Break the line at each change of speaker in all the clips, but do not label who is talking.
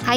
Hi,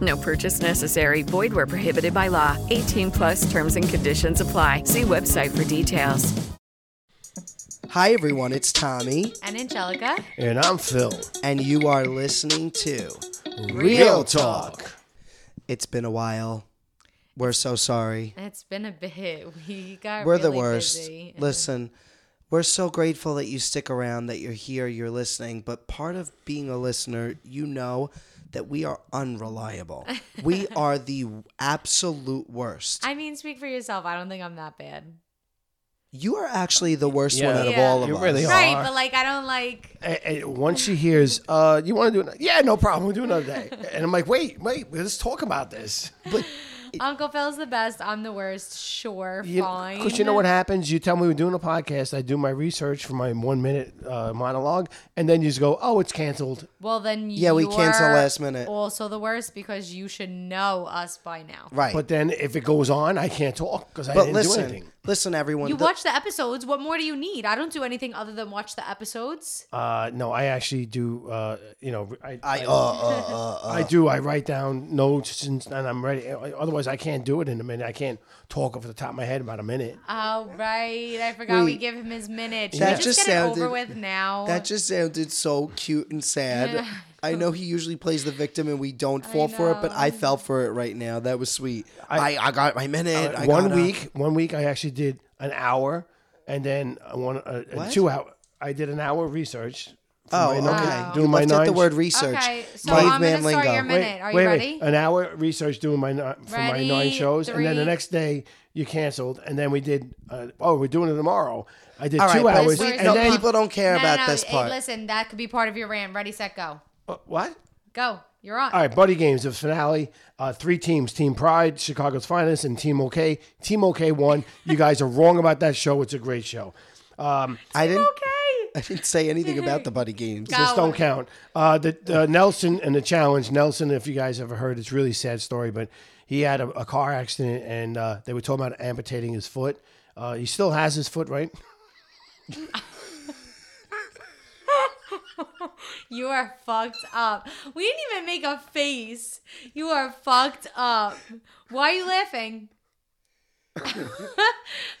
No purchase necessary. Void where prohibited by law. 18 plus terms and conditions apply. See website for details.
Hi, everyone. It's Tommy,
And Angelica.
And I'm Phil.
and you are listening to
Real Talk.
It's Been a While. We're so sorry.
It's been a bit. We got
We're the
really
worst.
busy.
Listen, we're so grateful that you stick around, that you're here, you're listening. But part of being a listener, you know that we are unreliable. we are the absolute worst.
I mean, speak for yourself. I don't think I'm that bad.
you are actually the worst one
Yeah.
out of
Yeah.
all of
You
us.
really They
right,
are.
but like, I don't like.
And, and once she hears, uh, you want to do another? Yeah, no problem. We'll do another day. And I'm like, wait, wait, let's talk about this.
But
Uncle Phil's the best. I'm the worst. Sure, fine.
Because you know what happens? You tell me we're doing a podcast. I do my research for my one minute uh, monologue, and then you just go, oh, it's canceled.
Well, then
Yeah, we cancel
you're
last minute.
Also, the worst because you should know us by now.
right.
But then if it goes on, I can't talk because I
But
didn't do
listen,
anything.
listen, everyone.
You
the-
watch the episodes. What more do you need? I don't do anything other than watch the episodes.
Uh, no, I actually do. Uh, you know, I
I uh, uh, uh, uh.
I do. I write down notes and, and I'm ready. Otherwise, I can't do it in a minute. I can't talk off the top of my head about a minute.
Oh right, I forgot we
Wait.
give him his minute. Should
That
we just,
just
get it
sounded-
over with now?
That just sounded so cute and sad. I know he usually plays the victim and we don't fall for it, but I fell for it right now. That was sweet. I, I, got my minute. I
Uh, one
got a-
week, one week, I actually did an hour, and then I one a, a
What?
two hour. I did an hour of research. for
Oh,
my
okay.
nine-
Wow.
Doing
You
my
left out
nine.
the word research.
Okay, so
Caveman
I'm gonna start
lingo.
your minute. Are you
wait,
ready?
Wait. An hour research doing my ni- for my nine
Ready,
shows, and then the
three.
next day you canceled, and then we did. Uh, oh, we're doing it tomorrow. I did
All right,
two
but
hours,
we-
and
no,
then
people don't care
No, no,
about
no.
this
Hey,
part.
listen, that could be part of your rant. Ready, set, go.
Uh, what?
Go. You're on.
All right, buddy games of finale. Uh, three teams: Team Pride, Chicago's Finest, and Team OK. Team OK won. You guys are wrong about that show. It's a great show.
I didn't.
Okay.
I didn't say anything about the buddy games.
This don't count. Uh, the uh, Nelson and the challenge. Nelson, if you guys ever heard, it's a really sad story, but he had a, a car accident and uh, they were talking about amputating his foot. Uh, he still has his foot, right?
You are fucked up. We didn't even make a face. You are fucked up. Why are you laughing?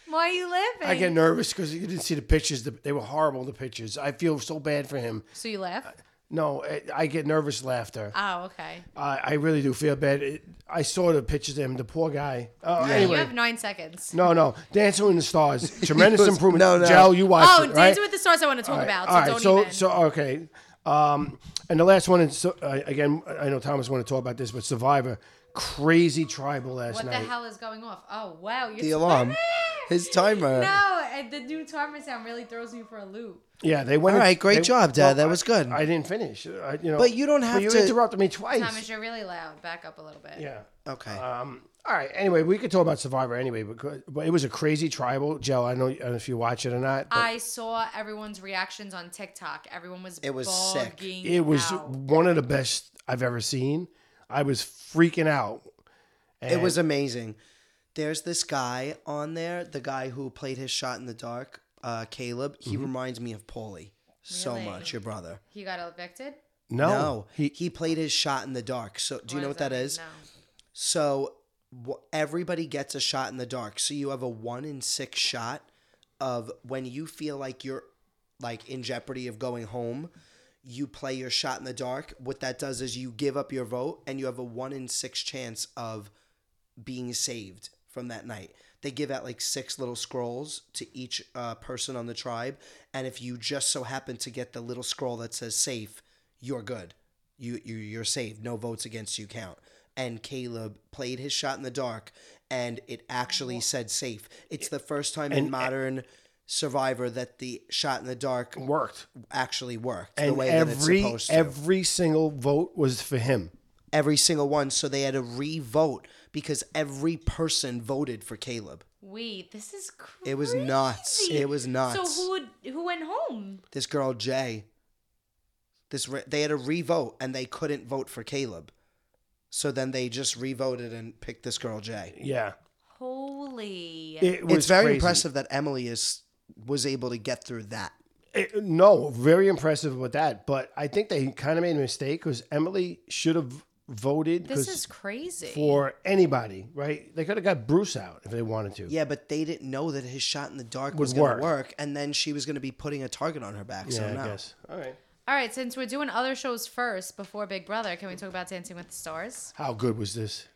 Why are you laughing?
I get nervous because you didn't see the pictures. The, they were horrible. The pictures. I feel so bad for him.
so you laugh?
No, I, I get nervous laughter.
Oh, okay.
I, I really do feel bad. It, I saw the pictures of him. The poor guy. Uh, Anyway.
You have nine seconds.
No, no. Dancing with the Stars. Tremendous improvement.
no, no.
Jel, you watched
oh,
it,
Dancing
right?
with the Stars I want to talk
All right,
about. So
all right,
don't
so
even.
so okay. Um, and the last one is so, uh, again. I know Thomas want to talk about this, but Survivor, crazy tribal last
what the
night.
hell is going off? Oh, wow. You're
The alarm. His timer.
No, and the new timer sound really throws me for a loop.
Yeah, they went.
All
in-
right, great
they-
job, Dad. That
I-
was good.
I, didn't finish. I, you know,
But you don't have
you
to-
interrupted me twice.
Thomas, you're really loud. Back up a little bit.
yeah.
Okay.
Um. All right. Anyway, we could talk about Survivor anyway, because but it was a crazy tribal. Joe, I know, I don't know if you watch it or not. but
I saw everyone's reactions on TikTok. Everyone was
It was sick.
bugging
it was
out.
one of the best I've ever seen. I was freaking out.
it was amazing. There's this guy on there, the guy who played his shot in the dark, uh, Caleb. He
Mm-hmm.
reminds me of Paulie so
Really?
much, your brother.
He got evicted.
No,
No,
he,
he played his shot in the dark. So do you know what
does
that
that mean?
is?
No.
So wh- everybody gets a shot in the dark. So you have a one in six shot of when you feel like you're like in jeopardy of going home. you play your shot in the dark. What that does is you give up your vote and you have a one in six chance of being saved from that night. They give out like six little scrolls to each uh, person on the tribe. And if you just so happen to get the little scroll that says safe, you're good. You, you, you're saved. No votes against you count. And Caleb played his shot in the dark and it actually said safe. It's the first time in modern Survivor that the shot in the dark
Worked.
actually worked the
And
way that it's
every
supposed to.
every single vote was for him.
every single one. So they had to re-vote because every person voted for Caleb.
Wait, this is crazy.
It was nuts. It was nuts.
So who would, who went home?
This girl Jay. This re- they had to re-vote and they couldn't vote for Caleb. So then they just re-voted and picked this girl Jay.
Yeah,
Holy.
it was
It's very
crazy.
impressive that Emily is was able to get through that.
It- no, very impressive with that. But I think they kind of made a mistake because Emily should have voted.
this
'cause-
is crazy.
for anybody, right? They could have got Bruce out if they wanted to.
Yeah, but they didn't know that his shot in the dark
Would
was going
work.
to work, and then she was going to be putting a target on her back.
Yeah,
so
I
no.
guess. All right.
All right, since we're doing other shows first before Big Brother, can we talk about Dancing with the Stars?
How good was this?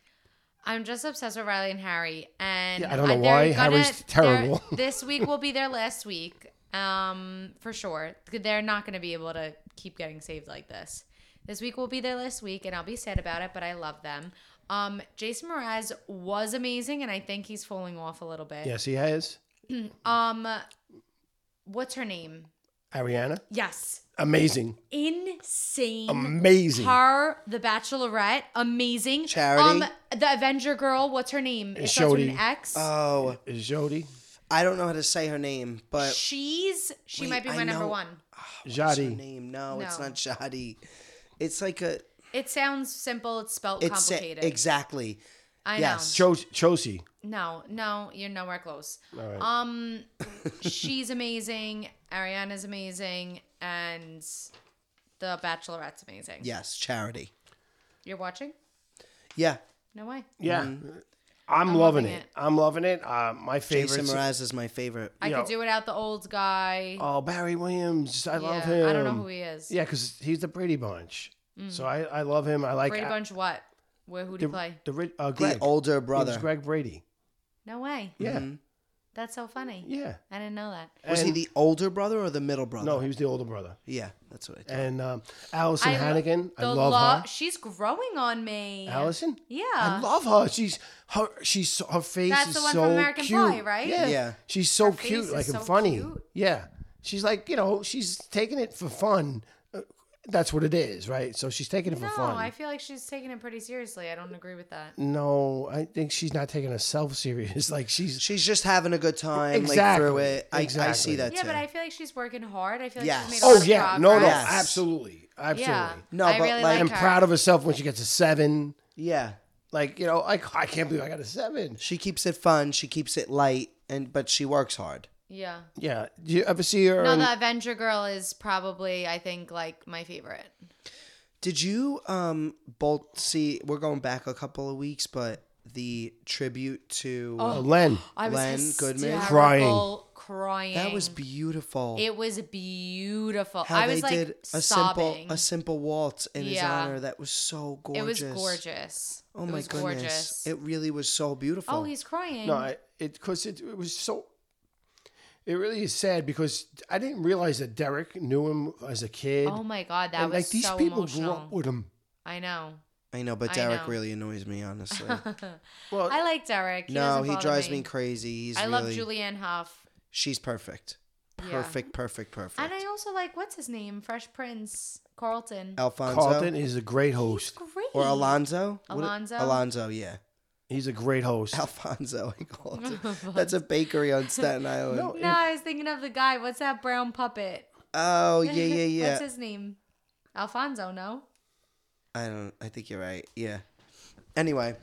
I'm just obsessed with Riley and Harry, and
Yeah, I don't know
they're
why.
gonna-
Harry's
they're-
terrible.
this week will be their last week, um, for sure. They're not going to be able to keep getting saved like this. This week will be their last week, and I'll be sad about it, but I love them. Um, Jason Mraz was amazing, and I think he's falling off a little bit.
Yes, he has.
Um, what's her name?
Ariana,
Yes,
amazing,
insane.
amazing.
Her, the Bachelorette, amazing. Um,
Charity?
the Avenger girl. What's her name? It starts with an
Shoddy.
X.
Oh,
Is Jody,
I don't know how to say her name, but
She's she
Wait,
might be
I
my number
know-
one.
What's her
Jadi.
name? No, it's
No.
not Shadi. It's like a.
It sounds simple. It's spelled
It's a-
complicated.
exactly.
I
yes.
Cho- Chosey.
know. No, no, you're nowhere close.
All right.
Um, she's amazing. Ariana's amazing, and the Bachelorette's amazing.
Yes, Charity.
You're watching?
Yeah,
No way.
yeah, I'm, loving
loving
it.
it.
I'm loving it. Uh, my favorite.
Mm-hmm. Jason Mraz is my favorite.
I
Yo.
could do without the old guy.
Oh, Barry Williams. I love
Yeah,
him.
I don't know who he is. Mm.
Yeah, because he's the Brady Bunch. So I, I love him. I like
Brady
I-
Bunch. What? Where? Who do
The,
you play?
the ri- uh,
The
Greg.
older
He was
brother. Mm-hmm.
Greg Brady.
No way.
Yeah,
That's so funny.
yeah.
I didn't know that.
Was he
And-
the older brother or the middle brother?
No, he was the older brother.
Yeah, that's what I. Thought.
and um, Allison
I lo-
Hannigan. I
the
love
law-
her.
She's growing on me.
Allison.
Yeah.
I love her. She's her. She's so- her face
That's
is
the one
so
from American
cute.
Pie, right?
Yeah.
Yeah.
She's so
face
cute,
is
like and
so
funny.
cute.
Yeah. She's like you know she's taking it for fun. Uh, That's what it is, right? So she's taking it
no,
for fun.
I feel like she's taking it pretty seriously. I don't agree with that.
no, I think she's not taking herself serious. Like she's
She's just having a good time, like
Exactly,
through it. I, I
exactly.
see that
Yeah,
too.
but I feel like she's working hard. I feel like
Yes.
she's made a
oh
lot of
yeah, no, no,
progress.
Yes.
absolutely, absolutely.
Yeah.
No,
I
but
really
like-
I'm
her.
proud of herself when she gets a seven.
yeah,
Like you know, I, I can't believe I got a seven.
she keeps it fun. She keeps it light, and but she works hard.
Yeah.
Yeah, do you ever see her?
No,
in-
the Avenger girl is probably, I think, like my favorite.
Did you um both see? We're going back a couple of weeks, but the tribute to
Uh, Len.
I was
Len Goodman?
hysterical, crying.
that was beautiful.
Oh, It was beautiful.
how
I
they
was like
did
sobbing.
a simple a simple waltz in his
Yeah.
honor. That was so
it was
gorgeous.
gorgeous.
Oh
it
my
was
goodness!
Gorgeous.
It really was so beautiful.
oh, he's crying.
No, I, it because it, it was so. It really is sad because I didn't realize that Derek knew him as a kid.
oh my god, that
and,
was
like these
so
people
emotional.
grew up with him.
I know.
I know, but
I
Derek
know.
really annoys me, honestly.
Well,
I like Derek. He
no,
doesn't
he
bother
drives me,
me
crazy. He's
I
really,
love Julianne Hough.
She's perfect,
Yeah.
perfect, perfect, perfect.
And I also like what's his name, Fresh Prince Carlton.
Alfonso
Carlton is a great host.
Great.
or Alonzo? What-
Alonzo?
Alonzo, yeah.
He's a great host.
Alfonso, I called it. That's a bakery on Staten Island.
No,
No, I was thinking of the guy. What's that brown puppet?
Oh yeah, yeah, yeah.
what's his name? Alfonso? No.
I don't. I think you're right. Yeah. Anyway,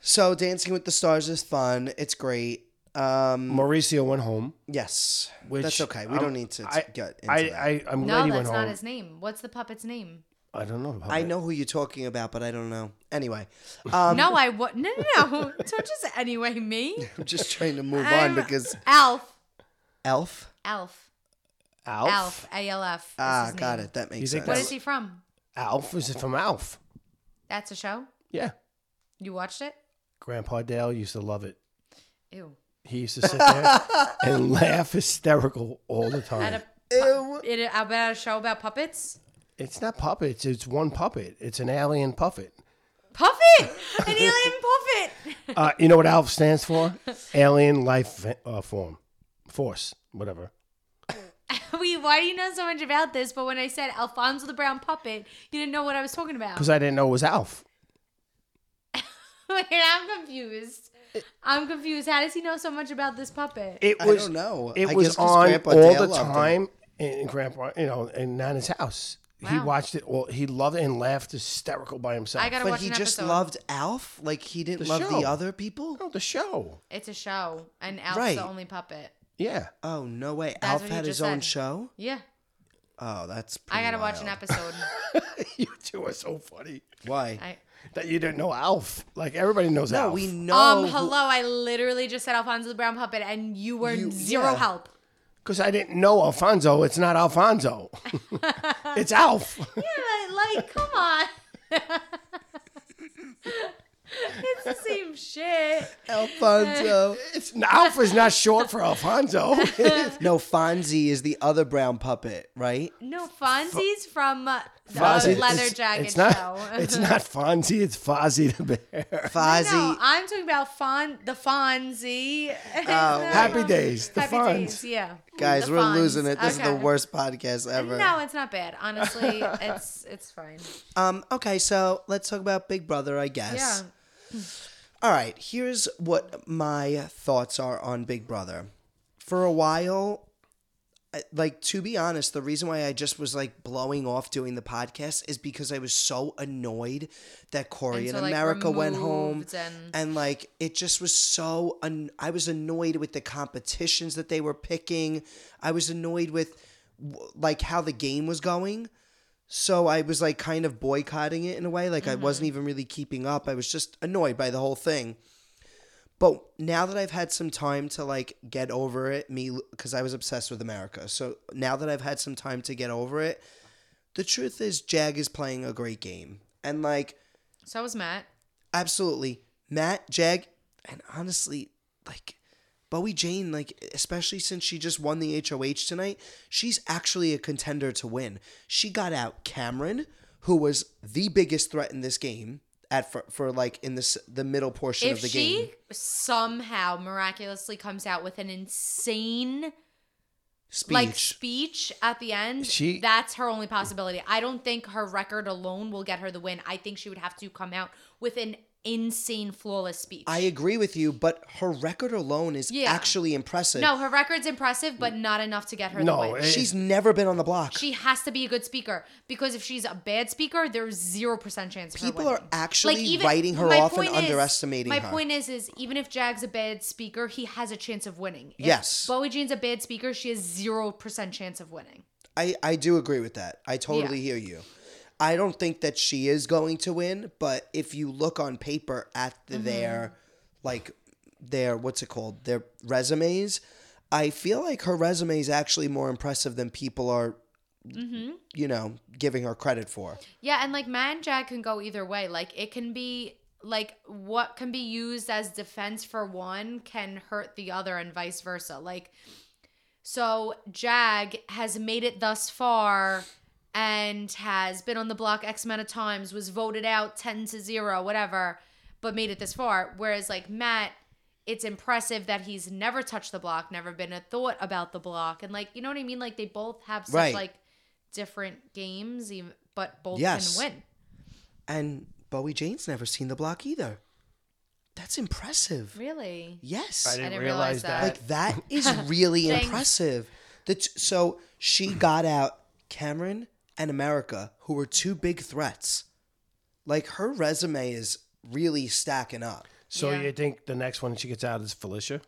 so Dancing with the Stars is fun. It's great. Um.
Mauricio went home.
Yes.
Which
that's okay. We
I'm-
don't need to t-
I,
get into
I,
that. I,
I, am glad
No,
he
that's
went
not
home.
his name. What's the puppet's name?
I don't know. About it.
know who you're talking about, but I don't know. Anyway, um,
no, I would. No, no, no. Don't just anyway me.
I'm just trying to move on
I'm-
because
Alf.
Elf.
Alf.
Alf.
Alf, A L F.
Ah, got it. That
You
makes sense.
think
What is he from?
Alf is from Alf.
That's a show.
Yeah.
You watched it?
Grandpa Dale used to love it.
Ew.
He used to sit there and laugh hysterical all the
At
time.
a, it, about a show about puppets.
It's not puppets. It's one puppet. It's an alien puppet.
Puppet, an alien puppet.
Uh, you know what ALF stands for? Alien Life uh, Form. Force. Whatever.
We, why do you know so much about this? But when I said Alfonso the Brown Puppet, you didn't know what I was talking about.
Because I didn't know it was ALF.
Wait, I'm confused. I'm confused. How does he know so much about this puppet?
It
I
was,
don't know.
It
I
was
guess 'cause
on
Grandpa
all
Dale
the
loved it.
time in, in Grandpa, you know, in Nana's house. He
Wow.
watched it all. He loved it and laughed hysterical by himself.
I gotta
But
watch
he
an
just
episode.
loved Alf. Like he didn't
The
love the
show.
other people.
Oh, the show.
it's a show, and Alf's
Right.
the only puppet.
Yeah.
Oh no way!
That's
Alf
what he
had his
just
own
said.
show.
Yeah,
Oh, that's.
I
pretty
gotta watch
wild.
an episode.
you two are so funny
Why?
I,
that you didn't know Alf. Like everybody knows
no,
Alf.
we know.
um,
who-
hello. I literally just said Alfonso the Brown Puppet, and you were
You-
zero
yeah.
help.
Because I didn't know Alfonso. It's not Alfonso. it's Alf.
Yeah, like, come on. it's the same shit.
Alfonso.
It's Alf is not short for Alfonso.
no, Fonzie is the other brown puppet, right?
No, Fonzie's from uh, the
Fozzie-
Leather
it's-
Jacket
it's not,
show.
It's not Fonzie. It's Fozzie the Bear.
Fozzie.
No, I'm talking about Fon the Fonzie.
Happy Days. The
Happy
Fonz.
days, yeah.
Oh. Guys,
The
we're
Fonz.
losing it. This is
Okay.
the worst podcast ever.
No, it's not bad. Honestly, it's it's fine.
Um, okay, so let's talk about Big Brother, I
Yeah.
guess. All right, here's what my thoughts are on Big Brother. For a while, I- like to be honest, the reason why I just was like blowing off doing the podcast is because I was so annoyed that Corey
And
and,
so, like,
America went home
removed and-
like it just was so an- I was annoyed with the competitions that they were picking. I was annoyed with w- like how the game was going. So I was like kind of boycotting it in a way. Like I wasn't even really keeping up. I was just annoyed by the whole thing. But now that I've had some time to like get over it, me because I was obsessed with America. So now that I've had some time to get over it, the truth is Jag is playing a great game. And like
So was Matt.
absolutely Matt, Jag, and honestly, like Bowie Jane, like especially since she just won the HOH tonight, she's actually a contender to win. She got out Cameron, who was the biggest threat in this game at for, for like in this the middle portion
If
of the
she
game.
somehow miraculously comes out with an insane
Speech.
like speech at the end,
She-
that's her only possibility. I don't think her record alone will get her the win. I think she would have to come out with an insane flawless speech.
I agree with you, but her record alone is
Yeah.
actually impressive.
no, her record's impressive, but not enough to get her the
No, eh,
win.
it-
she's never been on the block.
She has to be a good speaker because if she's a bad speaker, there's zero percent chance. Of her
People are
winning.
actually writing her
my
off and
point is-
underestimating
My
her.
point is, is even if Jag's a bad speaker, he has a chance of winning. If
Yes.
Bowie Jean's a bad speaker, she has zero percent chance of winning.
I, I do agree with that. I totally hear you. I don't think that she is going to win, but if you look on paper at the, their like their what's it called? Their resumes, I feel like her resume is actually more impressive than people are you know, giving her credit for.
Yeah, and like man, Jag can go either way. Like it can be like what can be used as defense for one can hurt the other and vice versa. Like so Jag has made it thus far and has been on the block X amount of times, was voted out 10 to 0, whatever, but made it this far. Whereas like Matt, it's impressive that he's never touched the block, never been a thought about the block. And like, you know what I mean? Like they both have such
Right.
like different games, even, but both
Yes.
can win.
And Bowie Jane's never seen the block either. That's impressive.
Really?
Yes.
I didn't
didn't realize
realize that.
Like that is really impressive. The t- so she got out Cameron and America, who were two big threats. Like her resume is really stacking up.
so
Yeah.
you think the next one she gets out is Felicia?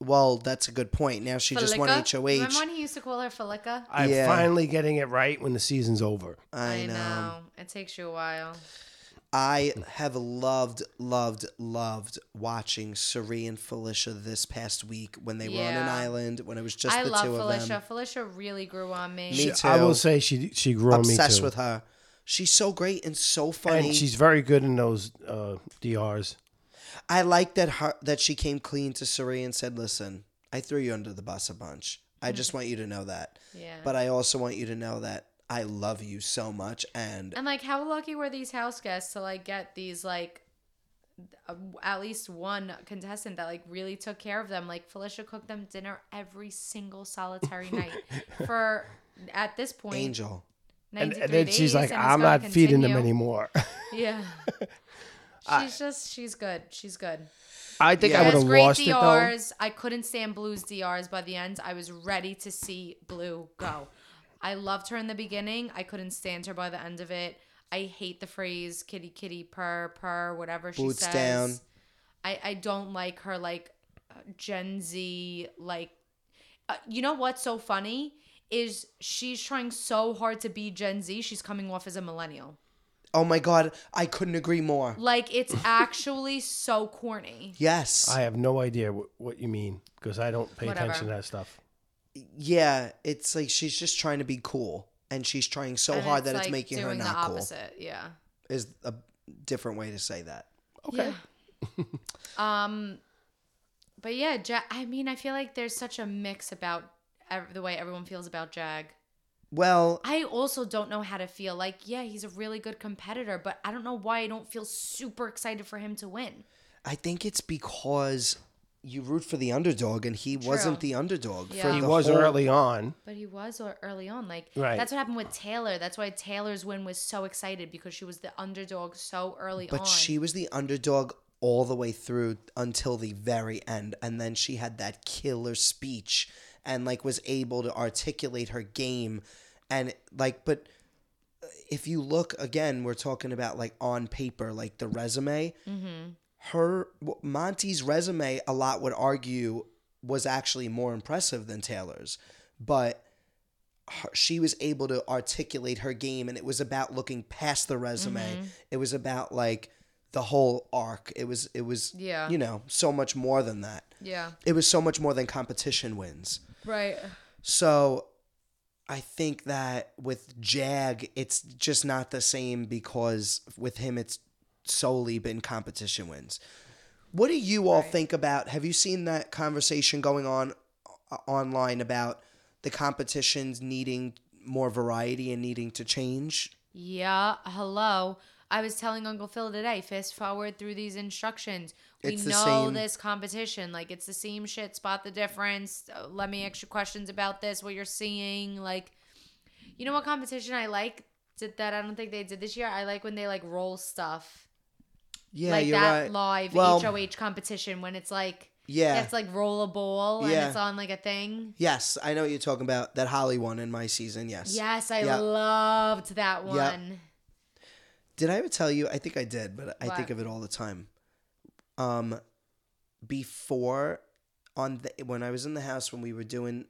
Well, that's a good point. Now she just won
Felica? Remember
HOH.
when he used to call her Felica?
I'm
Yeah.
finally getting it right when the season's over.
I know.
It takes you a while.
I have loved, loved, loved watching Suri and Felicia this past week when they were on an
Yeah.
island. When it was just
I
the
love
two of
Felicia.
them.
Felicia really grew on me.
Me too.
I will say she she grew on me
obsessed
too.
with her. She's so great and so funny.
and she's very good in those uh, DRs.
I like that her, that she came clean to Suri and said, "Listen, I threw you under the bus a bunch. I just want you to know that.
Mm-hmm. Yeah.
But I also want you to know that I love you so much and
and like, how lucky were these house guests to like get these like uh, at least one contestant that like really took care of them. Like Felicia cooked them dinner every single solitary night for at this point
Angel.
And,
93
and then she's
days,
like,
and it's
I'm
gonna
not feeding them
continue."
anymore.
Yeah. She's just she's good. She's good.
I think
Yeah.
I
She
would
has
have
great
lost it
DRs. I couldn't stand Blue's DRs by the end. I was ready to see Blue go. I loved her in the beginning. I couldn't stand her by the end of it. I hate the phrase kitty kitty purr purr whatever she
Boots
says.
down.
I I don't like her like uh, Gen Z like uh, you know what's so funny is she's trying so hard to be Gen Z. She's coming off as a millennial.
Oh my god, I couldn't agree more.
Like it's actually so corny.
Yes.
though. I have no idea what, what you mean because I don't pay
Whatever.
attention to that stuff.
yeah, it's like she's just trying to be cool and she's trying so
And
hard that it's
like,
making her
doing the
not cool.
opposite. Yeah.
Is a different way to say that.
Okay. um, but yeah, Jag. I mean, I feel like there's such a mix about ev- the way everyone feels about Jag.
Well,
I also don't know how to feel. Like, yeah, he's a really good competitor, but I don't know why I don't feel super excited for him to win.
I think it's because you root for the underdog and he wasn't the underdog.
Yeah.
For
He
the
was
whole-
early on.
But he was or early on. Like
Right.
that's what happened with Taylor. That's why Taylor's win was so excited because she was the underdog so early on.
But she was the underdog all the way through until the very end. And then she had that killer speech and like was able to articulate her game. And like, but if you look again, we're talking about like on paper, like the resume.
Mm-hmm.
Her w- Monty's resume, a lot would argue, was actually more impressive than Taylor's, but her, she was able to articulate her game, and it was about looking past the resume. It was about like the whole arc. It was it was
Yeah.
you know so much more than that.
yeah.
It was so much more than competition wins.
Right.
So I think that with Jag, it's just not the same because with him, it's solely been competition wins. What do you all think about? Have you seen that conversation going on uh, online about the competitions needing more variety and needing to change?
Yeah, hello. I was telling Uncle Phil today, fast forward through these instructions. We
It's the
know
same-
this competition. Like, it's the same shit. Spot the difference. Uh, Let me ask you questions about this, what you're seeing. Like, you know what competition I like? Did that I don't think they did this year. I like when they like roll stuff.
Yeah,
like
you're
that
right.
live
Well,
HOH competition when it's like,
Yeah.
it's like roll a ball and
Yeah.
it's on like a thing.
Yes, I know what you're talking about that Holly one in my season. Yes.
Yes, I
Yeah.
loved that one.
Did I ever tell you? I think I did, but I think
What?
of it all the time. Um, before on the when I was in the house when we were doing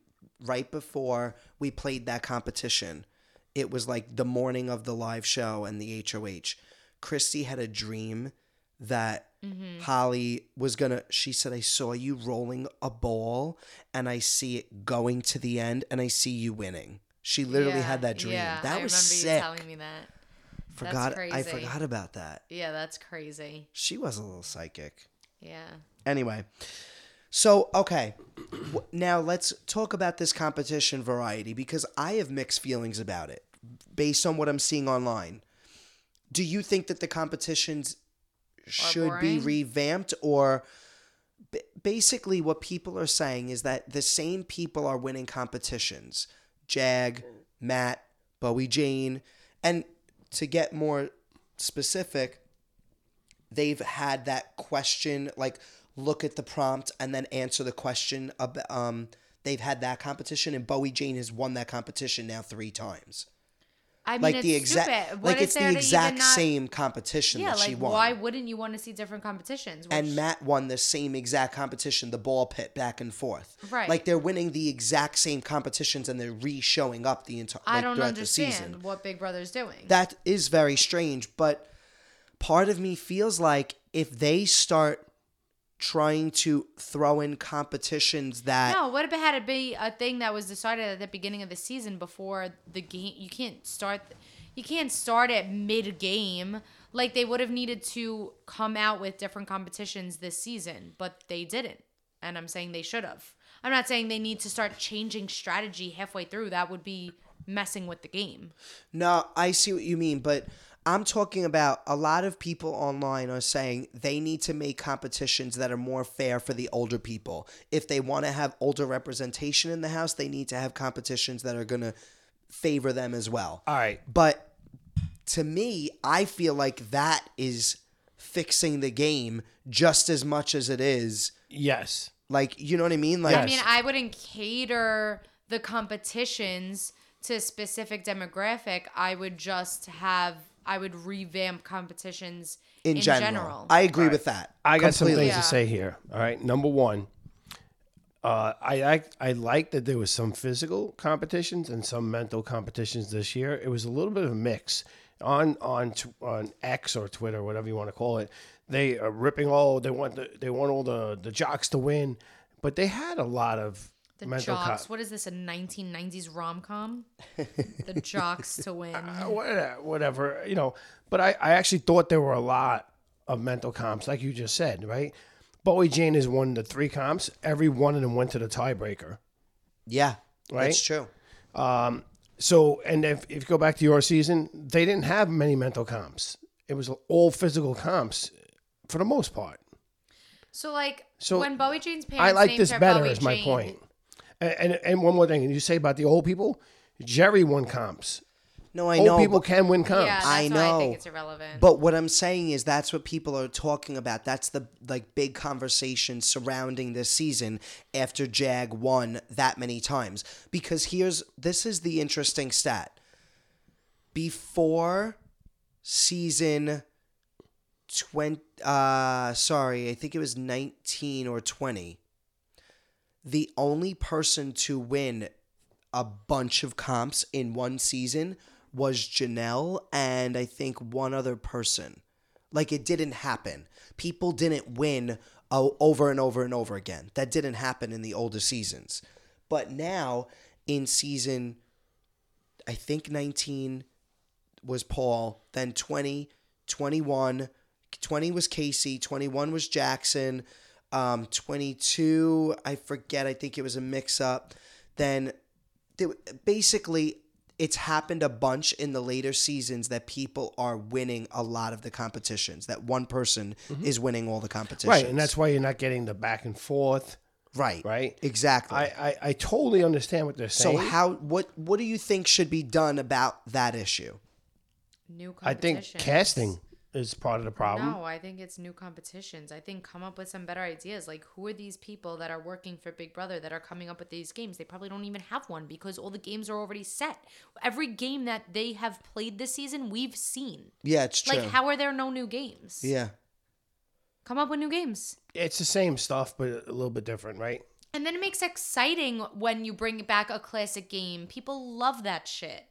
right before we played that competition, it was like the morning of the live show and the HOH. Christy had a dream that
Mm-hmm. Mm.
Holly was gonna. She said, "I saw you rolling a ball, and I see it going to the end, and I see you winning." She literally
Yeah,
had that dream.
yeah,
that
I
was
remember
sick.
you telling me that.
Forgot I
crazy.
forgot about that.
Yeah, that's crazy.
She was a little psychic.
Yeah.
Anyway, so okay, W- now let's talk about this competition variety because I have mixed feelings about it based on what I'm seeing online. Do you think that the competitions should be
boring?
revamped or b- basically what people are saying is that the same people are winning competitions. Jag, Matt, Bowie Jane, and to get more specific, they've had that question like look at the prompt and then answer the question ab- um they've had that competition and Bowie Jane has won that competition now 3 times.
I mean,
like
it's
the exact
stupid. What
like
is
it's the
there to even
exact
not-
same competition
Yeah,
that
like
she won.
why wouldn't you want to see different competitions? Which,
and Matt won the same exact competition, the ball pit back and forth.
Right.
Like they're winning the exact same competitions and they're re-showing up the entire
I
like,
don't
throughout the
understand
season.
what Big Brother's doing.
That is very strange, but part of me feels like if they start trying to throw in competitions that
No, what if it had to be a thing that was decided at the beginning of the season before the game? You can't start. You can't start at mid game. Like they would have needed to come out with different competitions this season, but they didn't. And I'm saying they should have. I'm not saying they need to start changing strategy halfway through. That would be messing with the game.
No, I see what you mean, but I'm talking about a lot of people online are saying they need to make competitions that are more fair for the older people. If they want to have older representation in the house, they need to have competitions that are going to favor them as well.
All right.
But to me, I feel like that is fixing the game just as much as it is
Yes.
like you know what I mean? Like
I mean, I wouldn't cater the competitions to a specific demographic. I would just have, I would revamp competitions
in, general. I agree with that.
I got some
completely.
things to say here. All right. Number one, uh, I, I I like that there was some physical competitions and some mental competitions this year. It was a little bit of a mix on on tw- on X or Twitter, whatever you want to call it. They are ripping all. They want the, they want all the the jocks to win, but they had a lot of
The
mental. co-
jocks. what is this? A 1990s rom com? the jocks to win.
Uh, whatever, whatever, you know. But I, I actually thought there were a lot of mental comps, like you just said, right? Bowie Jane has won the three comps. Every one of them went to the tiebreaker.
Yeah.
Right?
That's true.
So, and if, if you go back to your season, they didn't have many mental comps. It was all physical comps for the most part.
So, like,
So,
when Bowie Jane's parents
I like
named
this
her
better,
Bowie
is my
Jane-
point. And, and, and one more thing, and you say about the old people, Jerry won comps.
No, I
old
know.
people
but-
can win comps.
Yeah, that's
I
why I
know,
think it's irrelevant.
But what I'm saying is that's what people are talking about. That's the like big conversation surrounding this season after Jag won that many times. Because here's this is the interesting stat. Before season 20 uh sorry, I think it was 19 or 20. The only person to win a bunch of comps in one season was Janelle and I think one other person. Like it didn't happen. People didn't win o- over and over and over again. That didn't happen in the older seasons. But now in season, I think 19 was Paul, then 20, 21, 20 was Casey, 21 was Jackson, um, 22, I forget, I think it was a mix up. Then they, basically it's happened a bunch in the later seasons that people are winning a lot of the competitions that one person is winning all the competitions
Mm-hmm. Right, and that's why you're not getting the back and forth.
right
right.
exactly
I, I, I totally understand what they're
so
saying.
how what what do you think should be done about that issue
new
I think
competitions.
casting is part of the problem.
No, I think it's new competitions. I think come up with some better ideas. Like, who are these people that are working for Big Brother that are coming up with these games? They probably don't even have one because all the games are already set. Every game that they have played this season, we've seen.
yeah it's true
Like, how are there no new games?
yeah
Come up with new games.
It's the same stuff, but a little bit different, right?
And then it makes it exciting when you bring back a classic game. People love that shit.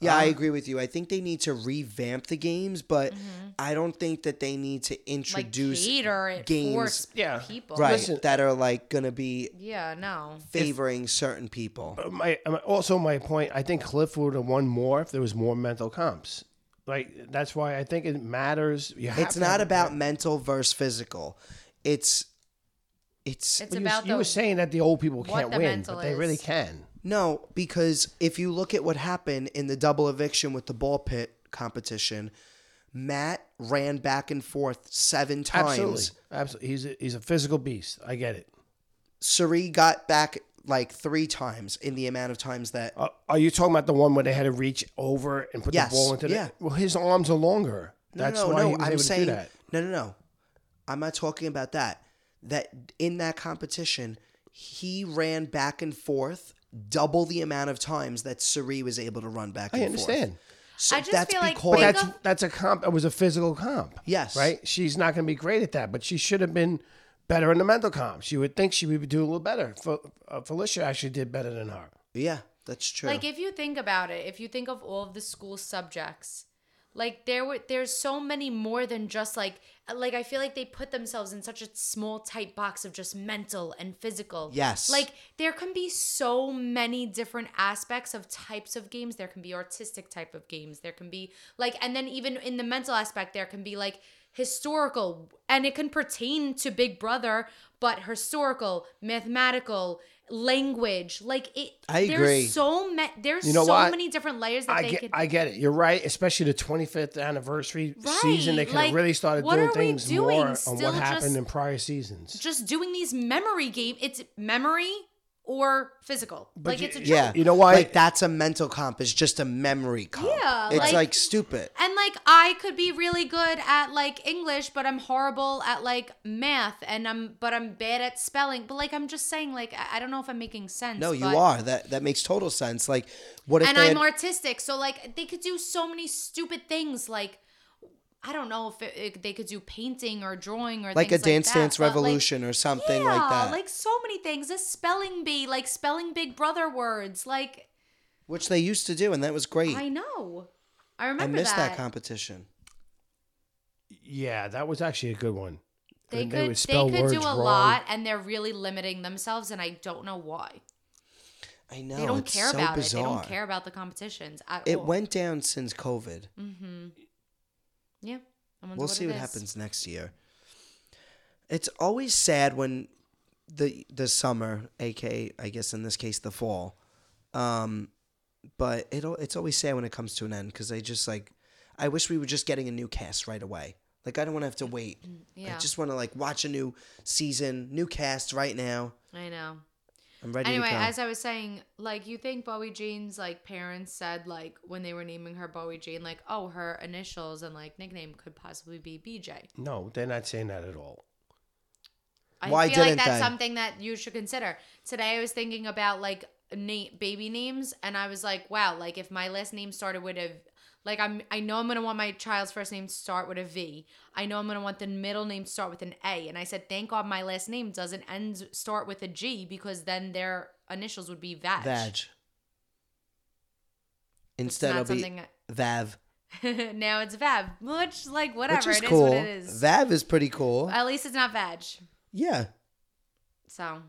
Yeah,
Um,
I agree with you. I think they need to revamp the games, but I don't think that they need to
Mm-hmm. Like,
introduce
cater it for
games
sp-
Yeah.
people.
right
Listen-
that are like going to be
Yeah, no.
favoring certain people.
But My uh, also my point. I think Cliff would have won more if there was more mental comps. Like that's why I think it matters. You have
It's
to
not
have-
about mental versus physical. It's it's
It's
You, was-
about
you were
the
saying that the old people can't
the
win,
mental
but they
is.
really can.
No, because if you look at what happened in the double eviction with the ball pit competition, Matt ran back and forth seven times.
Absolutely, absolutely. He's a, he's a physical beast. I get it.
Suri got back like three times in the amount of times that
Uh, are you talking about the one where they had to reach over and put
Yes,
the ball into the?
yeah.
Well, his arms are longer. That's why he was able to do that.
No, no, no. I'm not talking about that. That in that competition, he ran back and forth double the amount of times that Suri was able to run back and
I
forth.
understand.
So
I just
that's
feel like
because
But
Think
that's
of-
that's a comp. It was a physical comp.
Yes.
Right. She's not going to be great at that, but she should have been better in the mental comp. She would think she would do a little better. Fe- uh, Felicia actually did better than her.
Yeah, that's true.
Like if you think about it, if you think of all of the school subjects, Like there were there's so many more than just like like I feel like they put themselves in such a small tight box of just mental and physical.
Yes.
Like there can be so many different aspects of types of games. There can be artistic type of games. There can be like and then even in the mental aspect there can be like historical and it can pertain to Big Brother, but historical, mathematical, language. Like it
I
there's
agree.
so many there's
You know
so
what?
many different layers that
I
they
get,
could
I get it. You're right, especially the 25th anniversary
Right,
season. They could
like,
have really started
what
doing
are we
things
doing?
more on
Still
what happened
just-
in prior seasons.
just doing these memory game. It's memory or physical. like
you-
it's a joke.
Yeah.
You know why-
Like that's a mental comp. It's just a memory comp.
Yeah,
It's
like-
like, stupid.
And like I could be really good at like English, but I'm horrible at like math, and I'm but I'm bad at spelling. But like I'm just saying, like I, I don't know if I'm making sense.
No, you
but-
are. That that makes total sense. Like what if
And
they
I'm
had-
artistic, so like they could do so many stupid things. Like I don't know if it, it- they could do painting or drawing or
like a
things
dance
that,
dance
but, like,
revolution or something like
yeah,
that.
Like so many things. A spelling bee, like spelling Big Brother words, like.
which they used to do and that was great.
I know. I
I
remember
missed that.
that.
competition.
Yeah, that was actually a good one.
they
And
could
would
they
spell
could
words
do a
wrong.
lot, and they're really limiting themselves, and I don't know why.
I know.
they don't
it's
care
so
about
bizarre.
it. They don't care about the competitions at
It
all.
went down since COVID.
Yeah, I wonder
We'll
it
see what
is.
happens next year. It's always sad when the the summer, aka I guess in this case the fall, um, but it it's always sad when it comes to an end because I just like I wish we were just getting a new cast right away. Like I don't want to have to wait.
Mm, Yeah.
I just want to like watch a new season, new cast right now.
I know.
I'm ready
Anyway,
to go.
as I was saying, like you think Bowie Jean's like parents said like when they were naming her Bowie Jean, like oh her initials and like nickname could possibly be BJ.
No, they're not saying that at all.
I
Why
feel like
didn't
that's
they?
something that you should consider. Today I was thinking about like na- baby names and I was like, wow, like if my last name started with a like I'm I know I'm going to want my child's first name to start with a V. I know I'm going to want the middle name to start with an A and I said, thank God my last name doesn't end start with a G because then their initials would be Vag.
Vag. Instead
not
of be
something I-
Vav,
now it's Vav, which like whatever
which
it
is
is
cool.
what it is.
Vav is pretty cool.
At least it's not Vag.
yeah.
So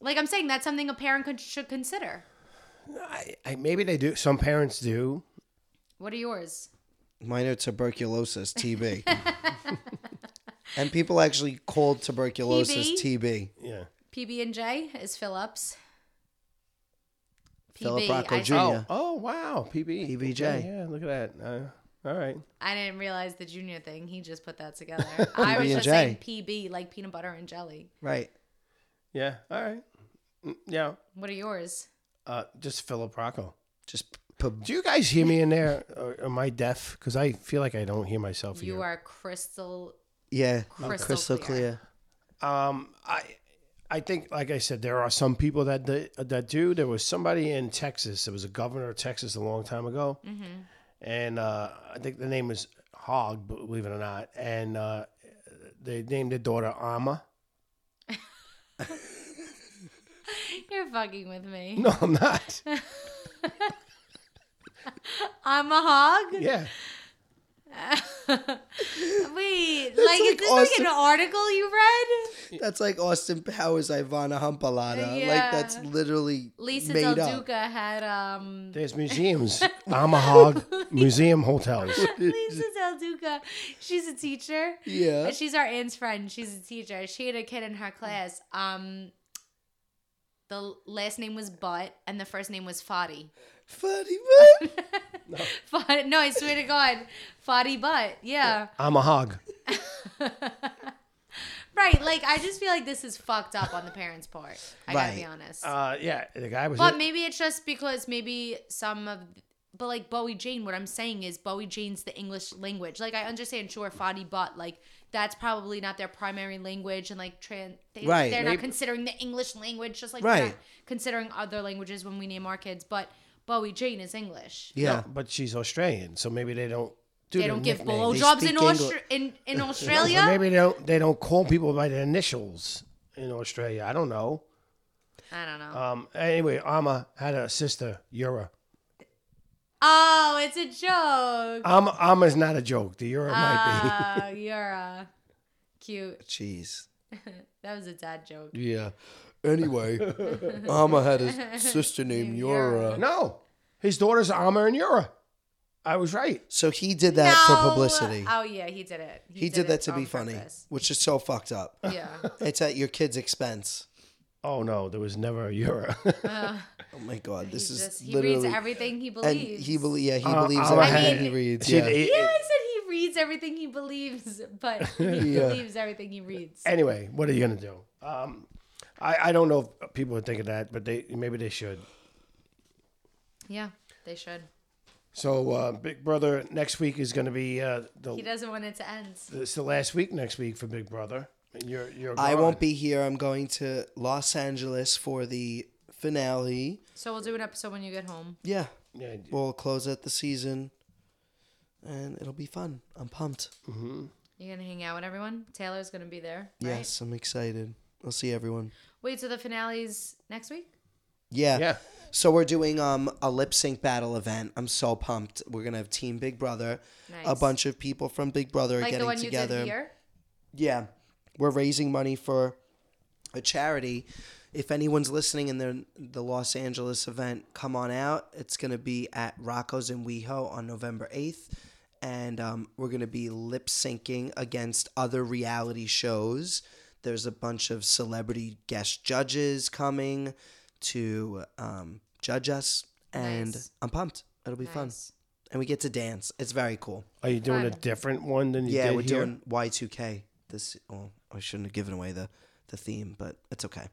like I'm saying that's something a parent could, should consider.
I, I, maybe they do. Some parents do.
What are yours?
minor tuberculosis TB. and people actually called tuberculosis TB.
TB?
Yeah.
PB and J is Phillips. PB.
Philip Rocco
I,
Jr.
Oh, oh wow, PB,
PBJ.
Okay, yeah, look at that. Uh, all right.
I didn't realize the junior thing. He just put that together. I was
PB&J.
just saying PB, like peanut butter and jelly.
Right.
Yeah. All right. Mm, Yeah.
What are yours?
Uh, just Philip Rocco.
Just p-
Do you guys hear me in there? Or am I deaf? Because I feel like I don't hear myself.
You
here.
are crystal.
yeah,
Crystal
crystal,
clear.
clear.
Um, I, I think, like I said, there are some people that that, that do. There was somebody in Texas. There was a governor of Texas a long time ago,
Mm-hmm.
and uh, I think the name was Hogg, believe it or not. And uh, they named their daughter Alma.
You're fucking with me.
No, I'm not.
I'm a hog.
yeah.
Wait, like is
like
this like an
awesome.
article you read?
That's like Austin Powers Ivana Humpalata.
Yeah.
Like that's literally
Lisa
made
Del
up.
Duca had um.
There's museums. Alma Hogg Museum Hotels.
Lisa Del Duca, she's a teacher.
Yeah.
And She's our aunt's friend. She's a teacher. She had a kid in her class. Um, the last name was Butt, and the first name was Foddy.
Funny man.
Fod- no, I swear to God, Foddy Butt. Yeah.
Alma Hogg.
right. Like I just feel like this is fucked up on the parents' part. I gotta be
Right.
honest.
Uh, yeah, the guy was.
but maybe it's just because maybe some of. But like Bowie Jane, what I'm saying is Bowie Jane's the English language. Like I understand, sure, Foddy Butt, like that's probably not their primary language, and like trans, they,
Right.
they're not
Maybe-
considering the English language, just like we're
Right.
not considering other languages when we name our kids. But Bowie Jane is English.
Yeah.
but she's Australian, so maybe they don't. Do
they don't give
blow
blowjobs
speak
in,
Engli-
Austra- in in
Or
Australia.
maybe they don't they don't call people by their initials in Australia. I don't know.
I don't know.
Um. Anyway, Alma had a sister, Yura.
oh, it's a joke.
I'm I'm is not a joke. The Euro
Ah.
might
Oh, you're uh, cute.
Jeez.
That was a dad joke.
be. Yeah.
Anyway, Mama had a sister named Yura.
No, his daughter's Amma and Yura. I was right.
So he did that for
No.
publicity.
Oh yeah, he did it.
he did, that
it
to be
on
funny,
purpose.
which is so fucked up.
Yeah.
it's at your kid's expense.
Oh no, there was never a Euro.
Oh my god, this
He
is
just- he
literally
reads everything he
and
believes.
he bel yeah he
Uh,
believes
I'll
everything
have-
he reads.
See,
Yeah.
it-
Yeah, I said he reads everything he believes, but he
Yeah.
believes everything he reads.
anyway, what are you gonna do? Um, I I don't know if people would think of that, but they maybe they should.
Yeah, they should.
So uh, Big Brother next week is gonna be uh, the
He doesn't want it to end.
it's the last week next week for Big Brother. And you're you're
I
gone.
won't be here. I'm going to Los Angeles for the finale.
So we'll do an episode when you get home.
Yeah,
Yeah,
we'll close out the season, and it'll be fun. I'm pumped.
You're gonna hang out with everyone. Taylor's gonna be there. Right?
Yes, I'm excited. I'll see everyone.
Wait, so the finale's next week?
Yeah.
yeah.
So we're doing um a lip sync battle event. I'm so pumped. We're gonna have Team Big Brother. A
Nice.
bunch of people from Big Brother are
Like
getting
the one
together.
you did here?
Yeah. We're raising money for a charity. If anyone's listening in the the Los Angeles event, come on out. It's going to be at Rocco's in WeHo on November 8th. And um, we're going to be lip syncing against other reality shows. There's a bunch of celebrity guest judges coming to um, judge us. And
Nice.
I'm pumped. It'll be fun.
Nice.
And we get to dance. It's very cool.
Are you doing a
Fun.
different one than you
Yeah,
did
we're
here?
doing Y2K. This well, I shouldn't have given away the the theme, but it's okay.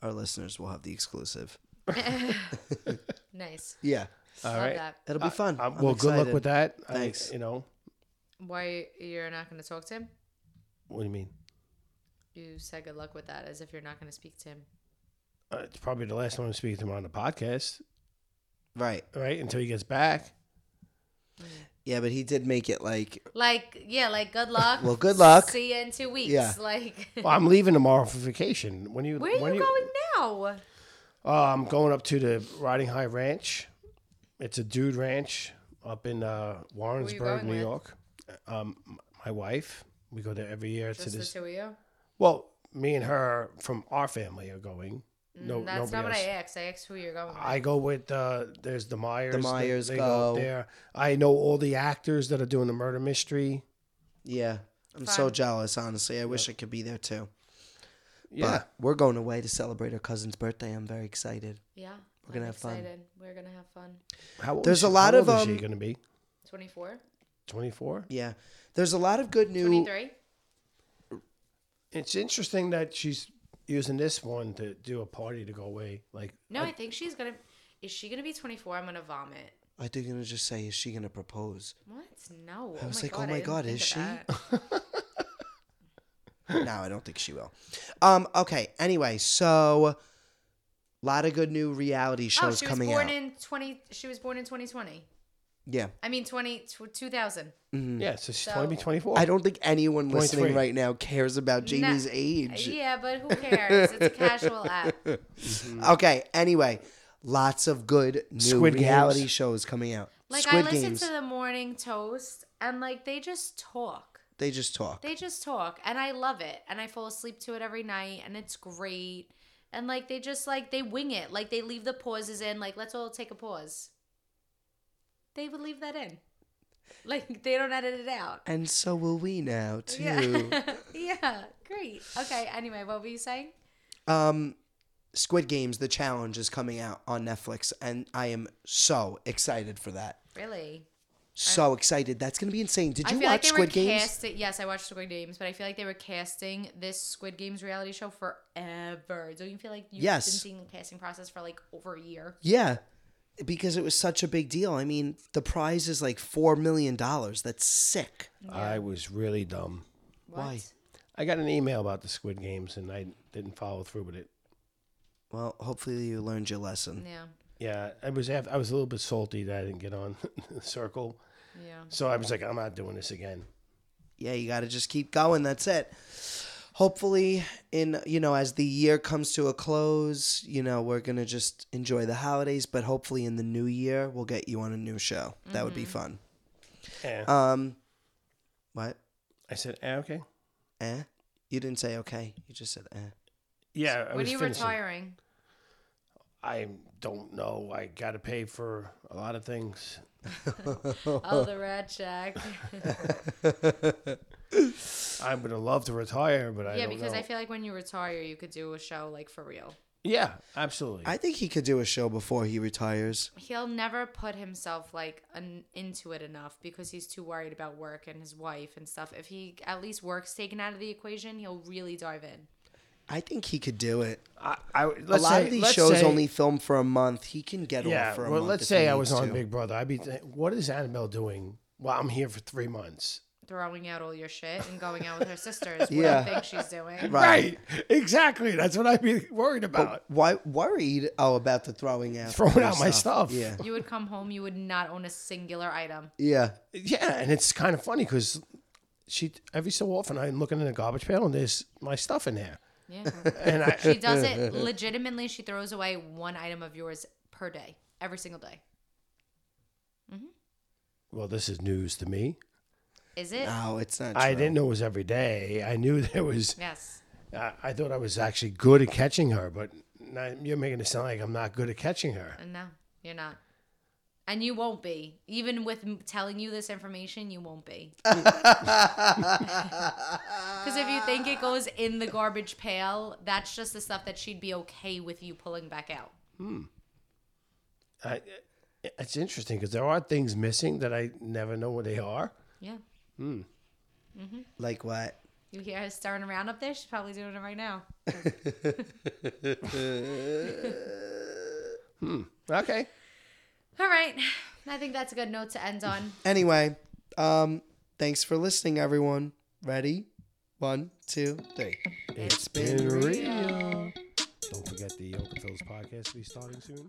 Our listeners will have the exclusive.
Nice.
Yeah,
All
Love
right.
that.
it'll be fun.
Uh,
I'm
well, good luck
excited.
with that. I-
Thanks.
you know
Why you're not gonna talk to him?
what do you mean?
You said good luck with that, as if you're not gonna speak to him.
Uh, it's probably the last time I'm speaking to him on the podcast,
Right.
right? Until he gets back.
Yeah, but he did make it like
Like, yeah, like good luck.
Well, good luck.
See you in two weeks.
Yeah.
Like,
Well, I'm leaving tomorrow for vacation. When you
where are
when
you going now?
Uh, I'm going up to the Riding High Ranch. It's a dude ranch up in uh, Warrensburg,
going
New
with?
York. Um, my wife, we go there every year to
Just the
this.
two of you.
Well, me and her from our family are going. No,
Mm, That's
nobody
not what
else.
I asked. I asked who you're going. with.
I go with uh, there's the Myers. they-
Myers
they go
go.
up there. I know all the actors that are doing the murder mystery.
yeah. I'm so
Fun.
jealous, honestly. I wish I could be there too.
Yeah,
But we're going away to celebrate our cousin's birthday. I'm very excited.
Yeah.
We're gonna
I'm
have fun.
excited. We're gonna have fun.
How old
There's
is
a
she-
lot
how
of,
old is she
um,
going to be?
Twenty four.
Twenty four.
Yeah. There's a lot of good new
Twenty three.
It's interesting that she's using this one to do a party to go away. Like
No, I think she's gonna. Is she gonna be twenty four? I'm gonna vomit.
I think I'm gonna just say, is she gonna propose?
What? No.
I was
my
like, oh
I
my
didn't
God,
think
is
of
she?
that.
no, I don't think she will. Um, okay. Anyway, so a lot of good new reality
Oh,
shows
she was
coming
born
out.
in twenty. She was born in twenty twenty.
yeah.
I mean 20, tw- 2000.
yeah, so she's
So-
going to be twenty four.
I don't think anyone listening
23.
right now cares about Jamie's
Nah.
age.
Yeah, but who cares? It's a casual app.
Okay. Anyway, lots of good new
Hmm. Squid
reality
Games.
shows coming out.
Like
Squid
I listen
Games.
to the Morning Toast, and like they just talk.
they just talk.
They just talk, and I love it, and I fall asleep to it every night, and it's great. And like they just like they wing it, like they leave the pauses in. Like let's all take a pause. They would leave that in, like they don't edit it out.
and so will we now too.
Yeah, yeah, great. Okay. Anyway, what were you saying?
Um, Squid Games: The Challenge is coming out on Netflix, and I am so excited for that.
Really?
So excited! That's gonna be insane. Did
I
you
feel
watch
like they
Squid
were
Games?
casting. Yes, I watched Squid Games, but I feel like they were casting this Squid Games reality show forever. Don't you feel like you've
Yes.
been seeing the casting process for like over a year?
Yeah, because it was such a big deal. I mean, the prize is like four million dollars. That's sick.
I was really dumb.
Why?
I got an email about the Squid Games and I didn't follow through with it.
Well, hopefully you learned your lesson.
Yeah,
Yeah, I was af- I was a little bit salty that I didn't get on the circle,
yeah.
so I was like, I'm not doing this again.
Yeah, you got to just keep going. That's it. hopefully in you know as the year comes to a close you know we're gonna just enjoy the holidays but hopefully in the new year we'll get you on a new show that would be
Mm-hmm.
fun
Eh.
um what
I said, eh, okay.
eh you didn't say okay you just said eh
Yeah. I
when
was
are you
finishing.
retiring?
I don't know. I got to pay for a lot of things.
Oh, the rat check.
I would have loved to retire, but I
yeah,
don't
because
know.
I feel like when you retire, you could do a show like for real.
yeah, absolutely.
i think he could do a show before he retires
He'll never put himself like an, into it enough because he's too worried about work and his wife and stuff. If he at least works taken out of the equation, he'll really dive in.
i think he could do it
I, I, let's
a lot
say,
of these
let's
shows
say-
only film for a month he can get
Yeah,
off for a
well,
month
let's
if
say
he
I was
needs
on
to.
Big Brother. I'd be, th- what is Annabelle doing? Well, I'm here for three months.
Throwing out all your shit and going out with her sisters. What
Yeah.
do you think she's doing?
Right.
exactly. That's what I'd be worried about.
Uh, why worried oh about the throwing out
Throwing out my stuff.
yeah
You would come home, you would not own a singular item.
yeah
yeah, and it's kind of funny because she every so often I'm looking in the garbage pail and there's my stuff in there,
Yeah.
and I,
She does it legitimately. She throws away one item of yours per day, every single day.
well, this is news to me.
Is it?
no it's not
I
true.
didn't know it was every day. I knew there was.
Yes.
I, I thought I was actually good at catching her, but now you're making it sound like I'm not good at catching her.
And no, you're not. And you won't be. Even with m- telling you this information, you won't be. Because if you think it goes in the garbage pail, that's just the stuff that she'd be okay with you pulling back out.
I, it's interesting because there are things missing that I never know what they are.
Yeah.
like what
You hear her stirring around up there? She's probably doing it right now.
Okay.
All right. I think that's a good note to end on.
Anyway, um, thanks for listening, everyone. Ready? One, two, three.
It's been real. Don't forget the Yoga Phil's podcast will be starting soon.